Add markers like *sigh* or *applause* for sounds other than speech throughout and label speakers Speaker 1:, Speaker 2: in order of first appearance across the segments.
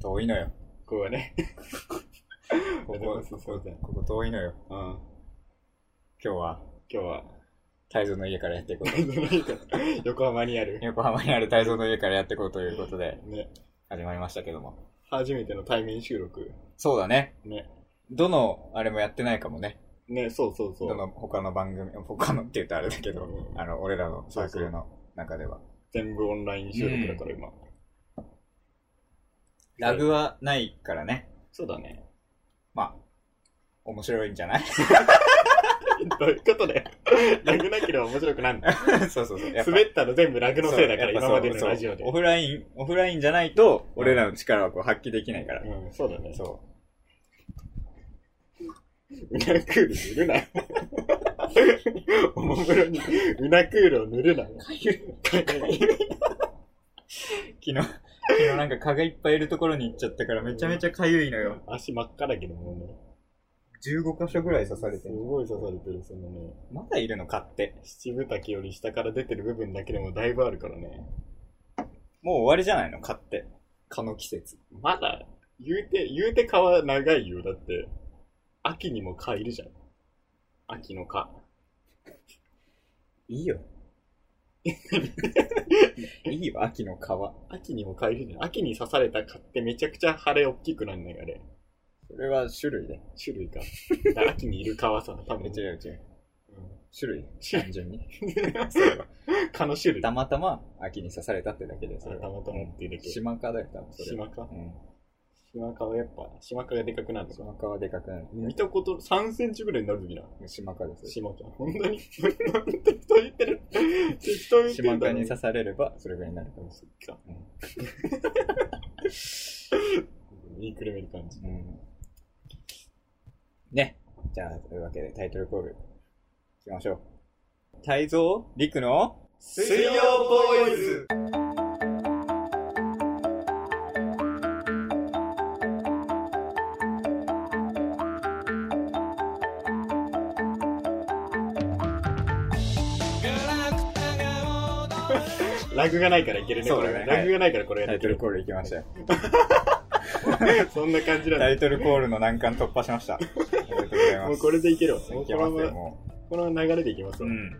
Speaker 1: 遠いのよ。
Speaker 2: ここはね。 *laughs*
Speaker 1: こ
Speaker 2: でも
Speaker 1: こ、
Speaker 2: そう
Speaker 1: こ
Speaker 2: そう
Speaker 1: こ
Speaker 2: だよ、
Speaker 1: ここ遠いのよ。
Speaker 2: うん。今
Speaker 1: 今日は、
Speaker 2: 日は、
Speaker 1: 太蔵の家からやっていこう。
Speaker 2: *laughs*
Speaker 1: *laughs*
Speaker 2: 横浜にある。
Speaker 1: 横浜にある太蔵の家からやっていこうということで、
Speaker 2: ね。
Speaker 1: 始まりましたけども。
Speaker 2: 初めての対面収録。
Speaker 1: そうだね。
Speaker 2: ね。
Speaker 1: どの、あれもやってないかもね。
Speaker 2: ね、そうそうそ
Speaker 1: ど
Speaker 2: う。
Speaker 1: の、他の番組、他のって言うとあれだけど
Speaker 2: う、ん
Speaker 1: あの、俺らのサークルの中では。
Speaker 2: 全部オンライン収録だから今。
Speaker 1: ラグはないからね。
Speaker 2: そうだね。
Speaker 1: まあ、面白いんじゃ
Speaker 2: *laughs*
Speaker 1: ない
Speaker 2: どういうことだよ。ラグなければ面白くなんない。
Speaker 1: そうそうそう。やっぱ
Speaker 2: 滑ったの全部ラグのせいだか
Speaker 1: そうや
Speaker 2: ら、
Speaker 1: っぱ
Speaker 2: 今までの
Speaker 1: そう
Speaker 2: ラジオで
Speaker 1: そうオ。フライン、オフラインじゃないと、俺らの力はこう発揮できないから。
Speaker 2: うん、そうだね。
Speaker 1: そう
Speaker 2: なクール塗るなよ。 *laughs* おもむろに、うなクールを塗るなよ。
Speaker 1: う。昨日、昨日なんか蚊がいっぱいいるところに行っちゃったからめちゃめちゃ痒いのよ。
Speaker 2: 足真っ赤だけどもうね。
Speaker 1: 15箇所ぐらい刺されて
Speaker 2: す
Speaker 1: る。
Speaker 2: ごい刺されてる、そのね。
Speaker 1: まだいるの蚊って。
Speaker 2: 七分丈より下から出てる部分だけでもだいぶあるからね。
Speaker 1: もう終わりじゃないの蚊って。蚊の季節。
Speaker 2: まだ、言うて、言うて蚊は長いよ。だって、秋にも蚊いるじゃん。秋の蚊。
Speaker 1: いいよ。 *laughs* いいよ、秋の蚊は。
Speaker 2: 秋にも蚊いるじゃん。秋に刺された蚊ってめちゃくちゃ腫れ大きくなるんだよ、あれ。
Speaker 1: それは種類で。
Speaker 2: 種類か。だから秋 *laughs* にいる蚊はさ、多分。
Speaker 1: 違う違う。
Speaker 2: うん
Speaker 1: 種類
Speaker 2: 種類
Speaker 1: 単純に。 *laughs* それは
Speaker 2: 蚊の種類。
Speaker 1: たまたま秋に刺されたってだけで、それは
Speaker 2: たまたまっていうだけ
Speaker 1: 島蚊だよ、多分それは。
Speaker 2: 島蚊
Speaker 1: うん。
Speaker 2: 島蚊はやっぱ、島蚊がでかくなるのか。
Speaker 1: 島蚊はでかくなる。
Speaker 2: 見たこと、3センチぐらいになるときな。
Speaker 1: 島蚊です。
Speaker 2: 島蚊。本当になんて適当に言ってる。適当に言ってる
Speaker 1: 島
Speaker 2: んだ
Speaker 1: 蚊
Speaker 2: ろう
Speaker 1: に刺されれば、それぐらいになるかもしれない。
Speaker 2: そっか。言いくるめる感じ。
Speaker 1: うんね。じゃあ、というわけでタイトルコール、いきましょう。泰造陸の
Speaker 2: 水曜ボーイズラグがないからいけるね、
Speaker 1: そう
Speaker 2: こ
Speaker 1: だね
Speaker 2: れは。
Speaker 1: はい
Speaker 2: ラグがないからこれが
Speaker 1: タ
Speaker 2: で
Speaker 1: イ
Speaker 2: き
Speaker 1: トル
Speaker 2: る。
Speaker 1: コールいきましたよ。
Speaker 2: *laughs* そんな感じなん
Speaker 1: タ
Speaker 2: だ。
Speaker 1: イトルコールの難関突破しました。ありがとうございます。
Speaker 2: もうこれでいけるわ。も
Speaker 1: いう
Speaker 2: こ
Speaker 1: けます
Speaker 2: のま
Speaker 1: よ、
Speaker 2: ま、
Speaker 1: も
Speaker 2: この流れでいきます
Speaker 1: う。
Speaker 2: わ。
Speaker 1: う
Speaker 2: うん。
Speaker 1: ん。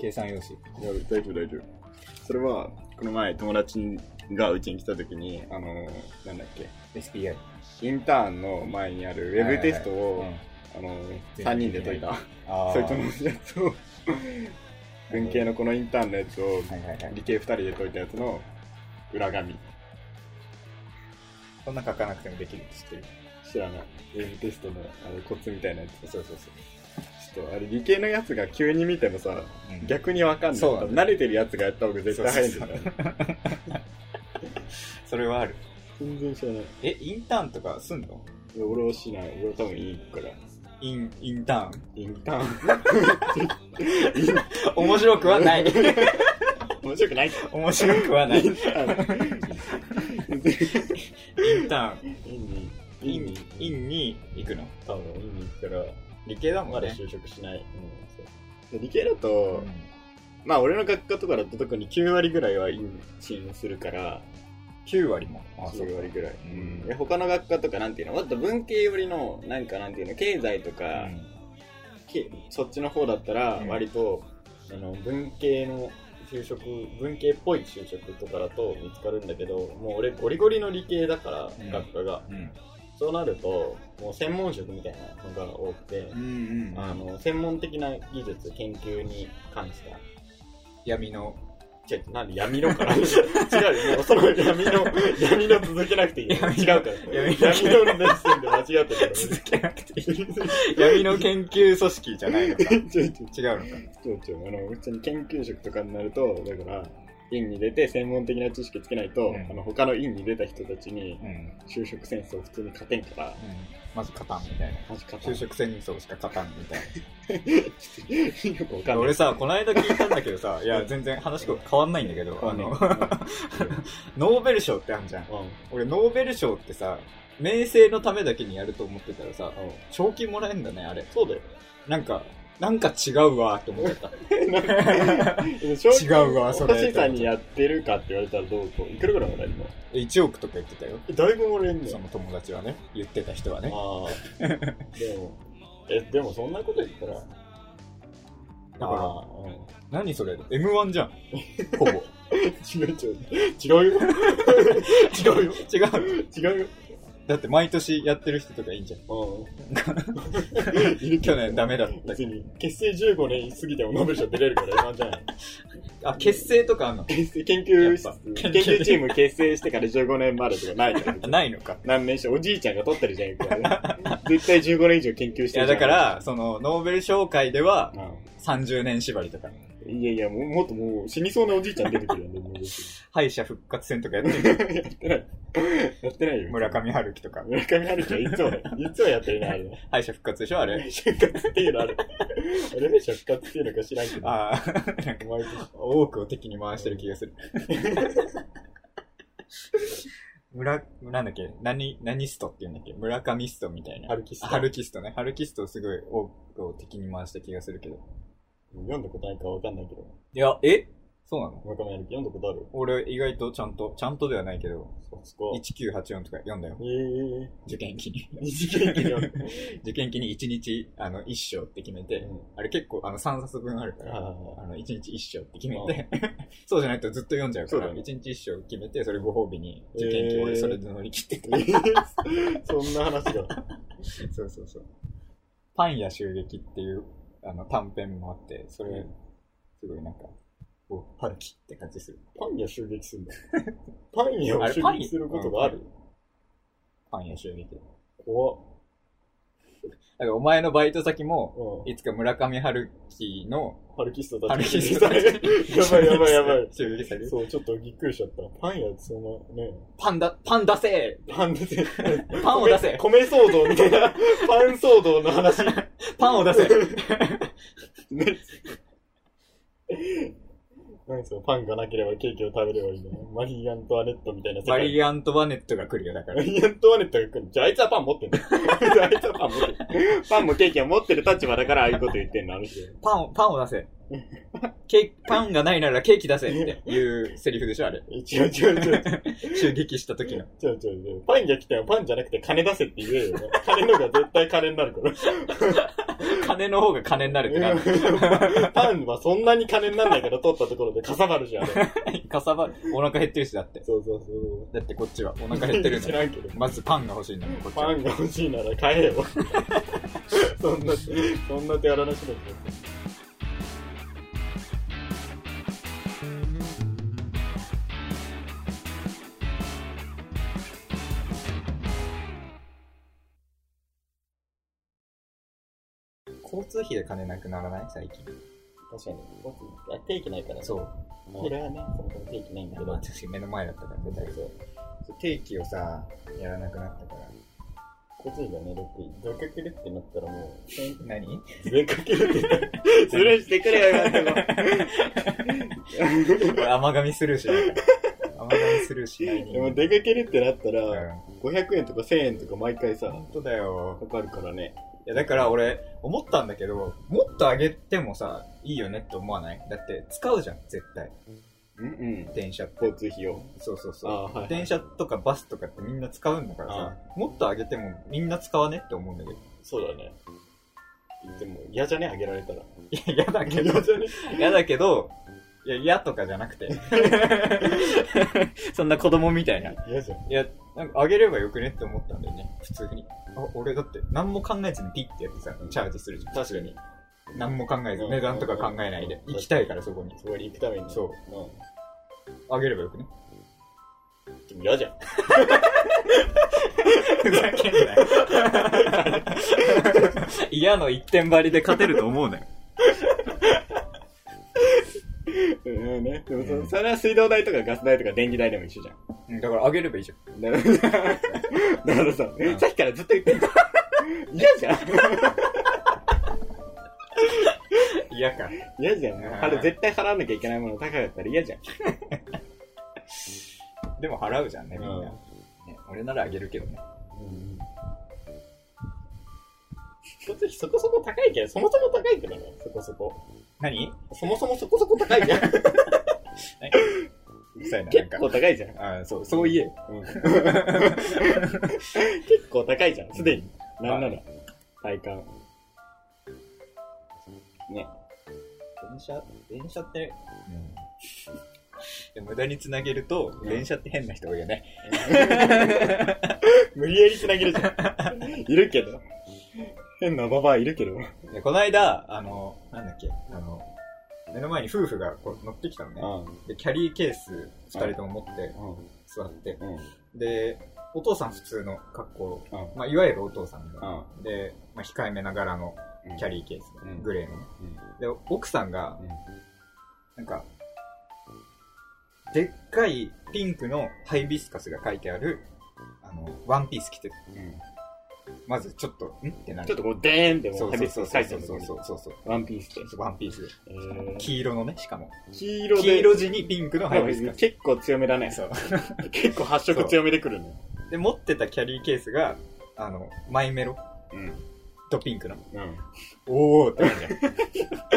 Speaker 1: 計算用紙。
Speaker 2: いや大丈夫大丈夫それはこの前友達がうちに来た時にあのーなんだっ
Speaker 1: SPI。
Speaker 2: けインターンの前にあるウェブテストを、あのー、3人で解いた
Speaker 1: ああ。
Speaker 2: そいつのやつを文系のこのインターンのやつを
Speaker 1: はいはいはい。
Speaker 2: 理系2人で解いたやつの裏紙
Speaker 1: こんな書かなくてもできるって知ってる。
Speaker 2: 知らないウェブテストのあのコツみたいなやつ
Speaker 1: そうそうそう。
Speaker 2: ちょっとあれ理系のやつが急に見てもさ
Speaker 1: うん
Speaker 2: 逆にわかんない
Speaker 1: そうだね
Speaker 2: 慣れてるやつがやった方が絶対早いんだよ
Speaker 1: そうそれはある。
Speaker 2: 全然知らない
Speaker 1: え、インターンとかすんの
Speaker 2: いや俺はしない俺は多分いいから
Speaker 1: イン、インターン。
Speaker 2: インターン
Speaker 1: 面白くはない。
Speaker 2: *laughs* 面白くない
Speaker 1: *laughs* 面白くはない。インターン。
Speaker 2: インに、
Speaker 1: イン、インに行くの。
Speaker 2: 多分インに行くから、
Speaker 1: 理系だも
Speaker 2: ま
Speaker 1: ん
Speaker 2: だ
Speaker 1: ね。
Speaker 2: 就職しない。うん、そうで理系だ
Speaker 1: う
Speaker 2: と、
Speaker 1: ん
Speaker 2: まあ俺の学科とかだと特に9割ぐらいはインチームするから、
Speaker 1: 9割も。あ、そう
Speaker 2: 9割ぐらい。
Speaker 1: うん
Speaker 2: で他の学科とかなんていうのもっと文系寄りの、なんかなんていうの、経済と
Speaker 1: か。
Speaker 2: か、けそっちの方だったら
Speaker 1: うん
Speaker 2: 割と、あの文系の就職、文系っぽい就職とかだと見つかるんだけど、もう俺ゴリゴリの理系だから、
Speaker 1: うん
Speaker 2: 学科が。
Speaker 1: うん。
Speaker 2: そうなると、もう専門職みたいなのが多くて
Speaker 1: う、んうん。
Speaker 2: あの、専門的な技術、研究に関した。
Speaker 1: 闇の。
Speaker 2: 違う、なんで *laughs* 闇のから違うよ、もうその闇の、闇の続けなくていいよ。
Speaker 1: 闇
Speaker 2: 違う
Speaker 1: の
Speaker 2: から。
Speaker 1: 闇
Speaker 2: 闇
Speaker 1: の
Speaker 2: のレッスンで間違ってた
Speaker 1: *laughs* 続けなくていい。闇の研究組織じゃないのか。違う
Speaker 2: ちょい
Speaker 1: の
Speaker 2: ちょい
Speaker 1: か。
Speaker 2: ちょいちょい、あの、普通に研究職とかになると、だから、院に出て専門的な知識つけないと、
Speaker 1: うん
Speaker 2: あの他の院に出た人たちに
Speaker 1: うん。うん。
Speaker 2: 就職センスを普通に勝てんから、
Speaker 1: まず勝たんみたいな。
Speaker 2: マジか
Speaker 1: 就職戦争しか勝たんみたいな。
Speaker 2: よくわかんない。
Speaker 1: 俺さ、この間聞いたんだけど *laughs* さ、いや、全然話変わんないんだけど、あの、ノーベル賞ってあんじゃん。
Speaker 2: うん、うん
Speaker 1: 俺、ノーベル賞ってさ、名声のためだけにやると思ってたらさ、
Speaker 2: うん
Speaker 1: 賞金もらえんだね、あれ。
Speaker 2: そうだよ。
Speaker 1: なんか、なんか違うわって思っちゃった。 *laughs* 違うわそれ
Speaker 2: おかしさんにやってるかって言われたらどうこう。いくらぐらいもらえるの
Speaker 1: で1億とか言ってたよ。
Speaker 2: えだいぶもらえる
Speaker 1: そ
Speaker 2: ね。
Speaker 1: の友達はね、言ってた人はね。
Speaker 2: ああ。でも、え、でもそんなこと言ったら、だ
Speaker 1: だ
Speaker 2: あ
Speaker 1: から、何それ ?M1 *laughs* じゃん。ほぼ。
Speaker 2: *laughs* 違う違う。違うよ。違うよ。
Speaker 1: 違う。
Speaker 2: 違うよ。
Speaker 1: だって毎年やってる人とかいいんじゃん。
Speaker 2: うん。 *laughs*
Speaker 1: 去年ダメだった
Speaker 2: 別に、結成15年過ぎてもノーベル賞出れるから、今じゃない。
Speaker 1: *laughs* あ、結成とかあんの
Speaker 2: 結成研究室
Speaker 1: やっぱ
Speaker 2: 研究チーム結成してから15年までとかないから。
Speaker 1: あないのか。
Speaker 2: 何年しておじいちゃんが取ってるじゃんよくあれ、絶対15年以上研究し
Speaker 1: い
Speaker 2: て
Speaker 1: や、
Speaker 2: る
Speaker 1: だ
Speaker 2: じゃん。
Speaker 1: から、その、ノーベル賞会では
Speaker 2: う
Speaker 1: 30年縛りとか、
Speaker 2: ん、いやいや、もうもっともう死にそうなおじいちゃん出てくるよね、もう別
Speaker 1: 敗者復活戦とかやってる
Speaker 2: に *laughs* やってない。やってないよ。
Speaker 1: 村上春樹とか。
Speaker 2: 村上春樹はいつも、いつもやってるな、あれ。
Speaker 1: 敗者復活でしょあれ。
Speaker 2: 出活っていうのある。あれで出活っていうのか知らんけど。
Speaker 1: ああ、なんか、
Speaker 2: 毎年
Speaker 1: 多くを敵に回してる気がする。 *laughs* 村、なんだっけ何、何ストって言うんだっけ村上ストみたいな。
Speaker 2: 春樹さん。
Speaker 1: ハルキストね。ハルキストをすごい多くを敵に回した気がするけど。
Speaker 2: 読んだことないかわかんないけど。
Speaker 1: いや、えそうなの
Speaker 2: 村上春樹読んだことある
Speaker 1: 俺意外とちゃんと、ちゃんとではないけど、
Speaker 2: そっか。
Speaker 1: 1984とか読んだよ
Speaker 2: え。え
Speaker 1: 受験期に。
Speaker 2: ー。二次元気に読んで。
Speaker 1: 受験期に1日、あの、1章って決めて、あれ結構、あの、3冊分あるから、
Speaker 2: あ
Speaker 1: あの、1日1章って決めて、 *laughs* そうじゃないとずっと読んじゃうか
Speaker 2: そう
Speaker 1: ら、
Speaker 2: だね
Speaker 1: 1日1章決めて、それご褒美に受験期
Speaker 2: へー
Speaker 1: 俺それで乗り切
Speaker 2: *laughs*
Speaker 1: ってた。
Speaker 2: ーそんな話が。
Speaker 1: そうそうそう。パン屋襲撃っていう、あの、短編もあって、それ、すごいなんか、こう、春樹って感じする。
Speaker 2: パン屋襲撃するんだ。パン屋を襲撃することがある
Speaker 1: パン屋襲撃。だ
Speaker 2: 怖っ。
Speaker 1: からお前のバイト先も、
Speaker 2: うん。
Speaker 1: いつか村上春樹の、
Speaker 2: 春樹人た
Speaker 1: 春
Speaker 2: ち。
Speaker 1: 樹さん
Speaker 2: やばいやばいやばい。
Speaker 1: *laughs* 襲撃される。
Speaker 2: そう、ちょっとびっくりしちゃった。パン屋ってそのね、
Speaker 1: パンだ、パン出せ
Speaker 2: パン出て、
Speaker 1: パンを
Speaker 2: *laughs*
Speaker 1: 出せ
Speaker 2: 米米騒動みたい *laughs* な、パン騒動の話。
Speaker 1: パンを出せ
Speaker 2: *laughs* ね。何そのパンがなければケーキを食べればいいのマリー・アントワネットみたいな世
Speaker 1: マ
Speaker 2: 界
Speaker 1: リー・アントワネットが来るよ、だか
Speaker 2: マ
Speaker 1: ら。
Speaker 2: リー・アントワネットが来る。じゃああいつはパン持ってんだ。 *laughs* じゃああいつはパン持ってる。パンもケーキを持ってる立場だからああいうこと言ってんの、あの人。
Speaker 1: パンを、パンを出せ。ケーキ、パンがないならケーキ出せっていうセリフでしょ、あれ。
Speaker 2: 違う違う違う違う。
Speaker 1: 襲撃した時の。
Speaker 2: 違う違う違う。パンが来たらパンじゃなくて金出せって言えよ。金の方が絶対金になる *laughs* から。
Speaker 1: 金の方が金になるってなる。
Speaker 2: *laughs* パンはそんなに金にならないから取ったところでかさばるじゃん。そう
Speaker 1: かさばる。お腹減ってるしだって。
Speaker 2: そうそう。
Speaker 1: だってこっちはお腹減ってるん
Speaker 2: 知
Speaker 1: だ
Speaker 2: *laughs* らんけど。
Speaker 1: まずパンが欲しいんだもん、こっち
Speaker 2: パ
Speaker 1: は。
Speaker 2: ンが欲しいなら買えよ。 *laughs* そんな、そんな手荒なしだ
Speaker 1: 交通費で金なくならない最近。
Speaker 2: 確かに。僕、あ定期ないから。
Speaker 1: そうう。
Speaker 2: これはね、そもそも定期ないんだけ
Speaker 1: ま
Speaker 2: ど。
Speaker 1: あ、私目の前だったから、だいぶ。定期をさ、やらなくなったから。
Speaker 2: 交通費がね、だって、どかけるってなったらもう、 *laughs*
Speaker 1: 何
Speaker 2: ずれかけるって言 *laughs* った。ずれしてくれよ、今の
Speaker 1: これ甘噛みするしないから。甘噛みするしないに。
Speaker 2: *laughs* でも、出かけるってなったら、
Speaker 1: う
Speaker 2: 500円とか1000円とか毎回さ、
Speaker 1: ん。本当だよ。
Speaker 2: かかるからね。
Speaker 1: いや、だから俺、思ったんだけど、もっと上げてもさ、いいよねって思わないだって、使うじゃん、絶対。
Speaker 2: うんうん。
Speaker 1: 電車って。
Speaker 2: 交通費を。
Speaker 1: そうそうそう。
Speaker 2: あーはい
Speaker 1: 電車とかバスとかってみんな使うんだからさ、もっと上げてもみんな使わねって思うんだけど。
Speaker 2: そうだね。でも、嫌じゃねあげられた
Speaker 1: い
Speaker 2: ら。
Speaker 1: や、嫌だけ
Speaker 2: *laughs* 嫌
Speaker 1: ど、
Speaker 2: じゃね
Speaker 1: 嫌だけど、いや、嫌とかじゃなくて。 *laughs* そんな子供みたいな。い
Speaker 2: 嫌じゃん。
Speaker 1: や、なんか上げればよくねって思ったんだよね、普通に。あ、俺だって何も考えずにピッてやってさ、チャージするじゃん。
Speaker 2: 確かに。
Speaker 1: 何も考えず、
Speaker 2: うん
Speaker 1: 値段とか考えないで。
Speaker 2: うん
Speaker 1: 行きたいからそこに。
Speaker 2: そこに行くために。。
Speaker 1: そう
Speaker 2: うん。
Speaker 1: 上げればよくね。
Speaker 2: でも嫌じゃん。
Speaker 1: *laughs* ふざけんなよ。 *laughs* 嫌の一点張りで勝てると思うね。
Speaker 2: うんね。でもそ、
Speaker 1: うん
Speaker 2: それは水道代とかガス代とか電気代でも一緒じゃん。
Speaker 1: うんだから上げればいいじゃん。
Speaker 2: *laughs* だからだからさ、
Speaker 1: うん
Speaker 2: さっきからずっと言ってんじゃん。嫌じゃん。
Speaker 1: 嫌か。
Speaker 2: 嫌じゃん。
Speaker 1: うん
Speaker 2: あれ絶対払わなきゃいけないもの高かったら嫌じゃん。
Speaker 1: でも払うじゃんね、みんな。
Speaker 2: うん
Speaker 1: ね、俺ならあげるけどね。
Speaker 2: 交通費そこそこ高いけど、そもそも高いけどね、そこそこ。
Speaker 1: 何
Speaker 2: そもそもそこそこ高いじ *laughs* ゃん。
Speaker 1: 臭いな、なん
Speaker 2: 結
Speaker 1: か。
Speaker 2: 構高いじゃん。
Speaker 1: あそう、そう言えよ。
Speaker 2: *laughs* 結構高いじゃん、すでに。なんなら、体感。ね。
Speaker 1: 電車、電車って、で無駄につなげると、
Speaker 2: うん
Speaker 1: 電車って変な人多いよね。
Speaker 2: 無理やり繋げるじゃん。いるけど。変なババアいるけど。う
Speaker 1: でこの間、あの、なんだっけ、あの、目の前に夫婦がこう乗ってきたのね。
Speaker 2: ん。
Speaker 1: で、キャリーケース二人とも持って
Speaker 2: うん。
Speaker 1: 座って、
Speaker 2: うん。
Speaker 1: で、お父さん普通の格好、
Speaker 2: うん。
Speaker 1: まあ、いわゆるお父さんが、
Speaker 2: うん。
Speaker 1: で、まあ、控えめながらのキャリーケース、
Speaker 2: うん
Speaker 1: グレーのね。
Speaker 2: うん。
Speaker 1: で、奥さんが、
Speaker 2: うん。
Speaker 1: なんか、でっかいピンクのハイビスカスが書いてある、あの、ワンピース着て、
Speaker 2: うん
Speaker 1: まずちょっと、んってなる。
Speaker 2: ちょっとこう、でーんっても、
Speaker 1: そうう
Speaker 2: ハ
Speaker 1: そ
Speaker 2: ビ
Speaker 1: う
Speaker 2: ス
Speaker 1: そ
Speaker 2: カ
Speaker 1: う
Speaker 2: ス
Speaker 1: そ
Speaker 2: 書いうて
Speaker 1: そ
Speaker 2: る
Speaker 1: うそうそうそう。
Speaker 2: ワンピースって。
Speaker 1: ワンピースで。
Speaker 2: えー
Speaker 1: 黄色のね、しかも。
Speaker 2: 黄色で。
Speaker 1: 黄色地にピンクのハイビスカス。
Speaker 2: 結構強めだね。
Speaker 1: そう。
Speaker 2: 結構発色強めでくるね。
Speaker 1: で、持ってたキャリーケースが、あの、マイメロ
Speaker 2: うん。
Speaker 1: とピンクの。
Speaker 2: うん。
Speaker 1: おーってなるじゃん。
Speaker 2: おおうおうお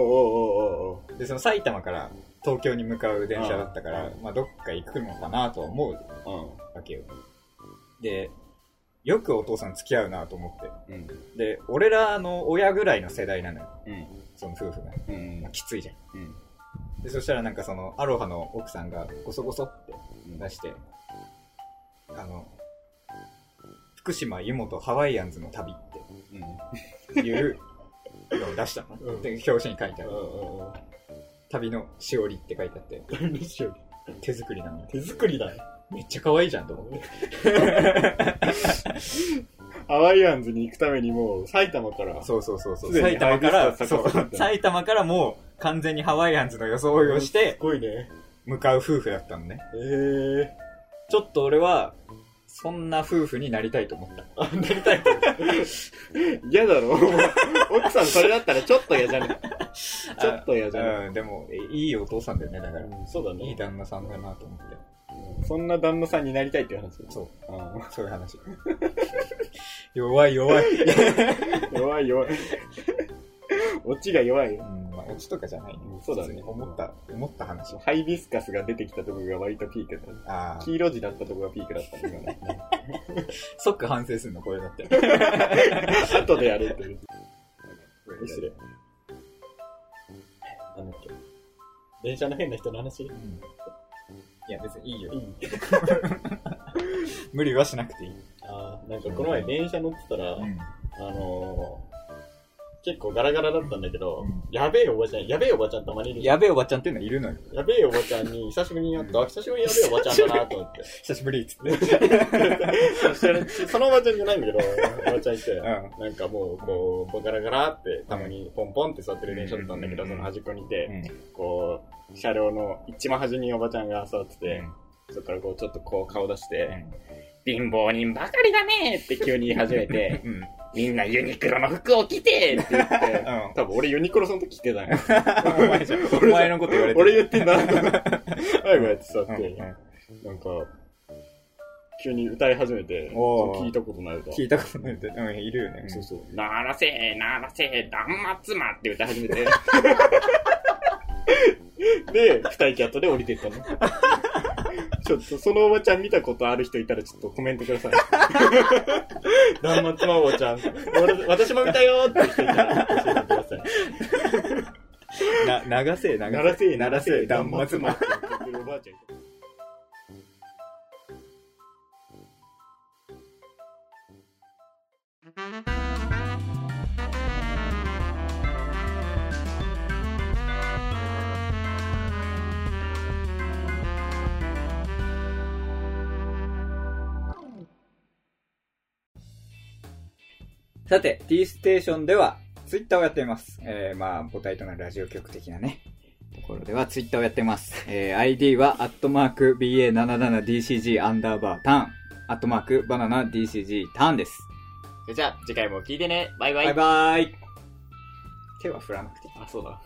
Speaker 2: うおう
Speaker 1: で、その埼玉から東京に向かう電車だったか
Speaker 2: う
Speaker 1: ら
Speaker 2: ん、
Speaker 1: まあ、どっか行くのかなとは思う
Speaker 2: お
Speaker 1: わけよ。で、よくお父さん付き合うなと思って。
Speaker 2: う。うん。
Speaker 1: で、俺らの親ぐらいの世代なのよ。
Speaker 2: うん。
Speaker 1: その夫婦が。
Speaker 2: うん。うん
Speaker 1: まあ、。きついじゃん。
Speaker 2: うん。
Speaker 1: で、そしたらなんかその、アロハの奥さんがゴソゴソって
Speaker 2: うん
Speaker 1: 出して、あの、福島湯本ハワイアンズの旅っていうのを出したの。
Speaker 2: うん
Speaker 1: で、表紙に書いてある。
Speaker 2: うん。
Speaker 1: 旅のしおりって書いてあって、
Speaker 2: 何しよう
Speaker 1: 手作りなのよ。
Speaker 2: 手作りだね。
Speaker 1: めっちゃ可愛いじゃんと思って。
Speaker 2: ハワイアンズに行くためにもう、埼玉から。
Speaker 1: そうそうそうそう。
Speaker 2: すで
Speaker 1: 埼
Speaker 2: に
Speaker 1: 玉か
Speaker 2: ハイ
Speaker 1: ら、
Speaker 2: ビスカスと
Speaker 1: そ
Speaker 2: か
Speaker 1: う埼玉からもう完全にハワイアンズの装いをし
Speaker 2: す
Speaker 1: て、
Speaker 2: ごいね。
Speaker 1: 向かう夫婦だったのね。
Speaker 2: ええ。
Speaker 1: ちょっと俺は、そんな夫婦になりたいと思った。
Speaker 2: あんなにタイトル嫌だろ *laughs* 奥さんそれだったらちょっと嫌じゃ *laughs* ねちょっと嫌じゃね
Speaker 1: うん、でも、えいいお父さんだよね、だから。
Speaker 2: そうだ
Speaker 1: いい旦那さんだなと思って。
Speaker 2: そんな旦那さんになりたいっていう話
Speaker 1: そう、
Speaker 2: あ
Speaker 1: そういう *laughs* 話。弱い弱い。う
Speaker 2: ー *laughs* 弱い弱いオチが弱いよ
Speaker 1: ん、まあ、オチとかじゃないね
Speaker 2: うんそうだね
Speaker 1: 普通に思った、思った話。
Speaker 2: ハイビスカスが出てきたとこが割とピークだった
Speaker 1: ああ、
Speaker 2: 黄色地だったとこがピークだったんだよ *laughs* ね
Speaker 1: 即反省するの、これだって。
Speaker 2: 後でやるっていう *laughs* 失礼なんだっけ電車の変な人の話いい
Speaker 1: うんいや、別にいいよ。無理はしなくていい。
Speaker 2: あーなんかこの前電車乗ってたら、
Speaker 1: うん。
Speaker 2: あのー、結構ガラガラだったんだけど、
Speaker 1: うん
Speaker 2: やべえおばちゃん、やべえおばちゃんたまにいるじゃん
Speaker 1: やべえおばちゃんっていうのはいるのよ。
Speaker 2: やべえおばちゃんに久しぶりに会った、あ久しぶりにやべえおばちゃんだなと思って。
Speaker 1: 久しぶりっつって。
Speaker 2: 知らないそのおばちゃんじゃないんだけど、おばちゃんいて
Speaker 1: う。ん。
Speaker 2: なんかもう、こう、ガラガラって、たまにポンポンって座ってる電車だったんだけど、
Speaker 1: うん
Speaker 2: その端っこにいて、こう、車両の一番端におばちゃんが座ってて、そっからこう、ちょっとこう顔出して、貧乏人ばかりだねって急に言い始め *laughs* て、
Speaker 1: うん。うん。
Speaker 2: みんなユニクロの服を着てって言って、多分俺ユニクロその時着てたんや。
Speaker 1: お前じゃん。お前のこと言われて
Speaker 2: 俺
Speaker 1: る。
Speaker 2: 言ってんだ。はい、こうやって座っ
Speaker 1: うん
Speaker 2: て、
Speaker 1: うん
Speaker 2: なんか、急に歌い始めて、
Speaker 1: おー
Speaker 2: 聞いたことない歌。
Speaker 1: 聞いたことないって。うん、いるよね。
Speaker 2: そうそう。ならせー、ならせー、断末魔って歌い始めて。で、二人キャットで降りてったの。ちょっと、そのおばちゃん見たことある人いたらちょっとコメントください。断末魔おばちゃん。俺私も見たよーって人いたら教えてください。
Speaker 1: な、流せ、流せ。
Speaker 2: 鳴らせ
Speaker 1: 鳴らせ、断末魔。
Speaker 2: おばあちゃん。
Speaker 1: さて、T ステーションでは、ツイッターをやっています。えー、まあ、母体となるラジオ局的なね、ところではツイッターをやってます。えー、ID は、アットマーク、BA77DCG アンダーバーターン、アットマーク、バナナ DCG ターンです。
Speaker 2: それ *laughs* じゃあ、次回も聞いてね。バイバイ。
Speaker 1: バイバイ。手は振らなくていい。
Speaker 2: あ、そうだ。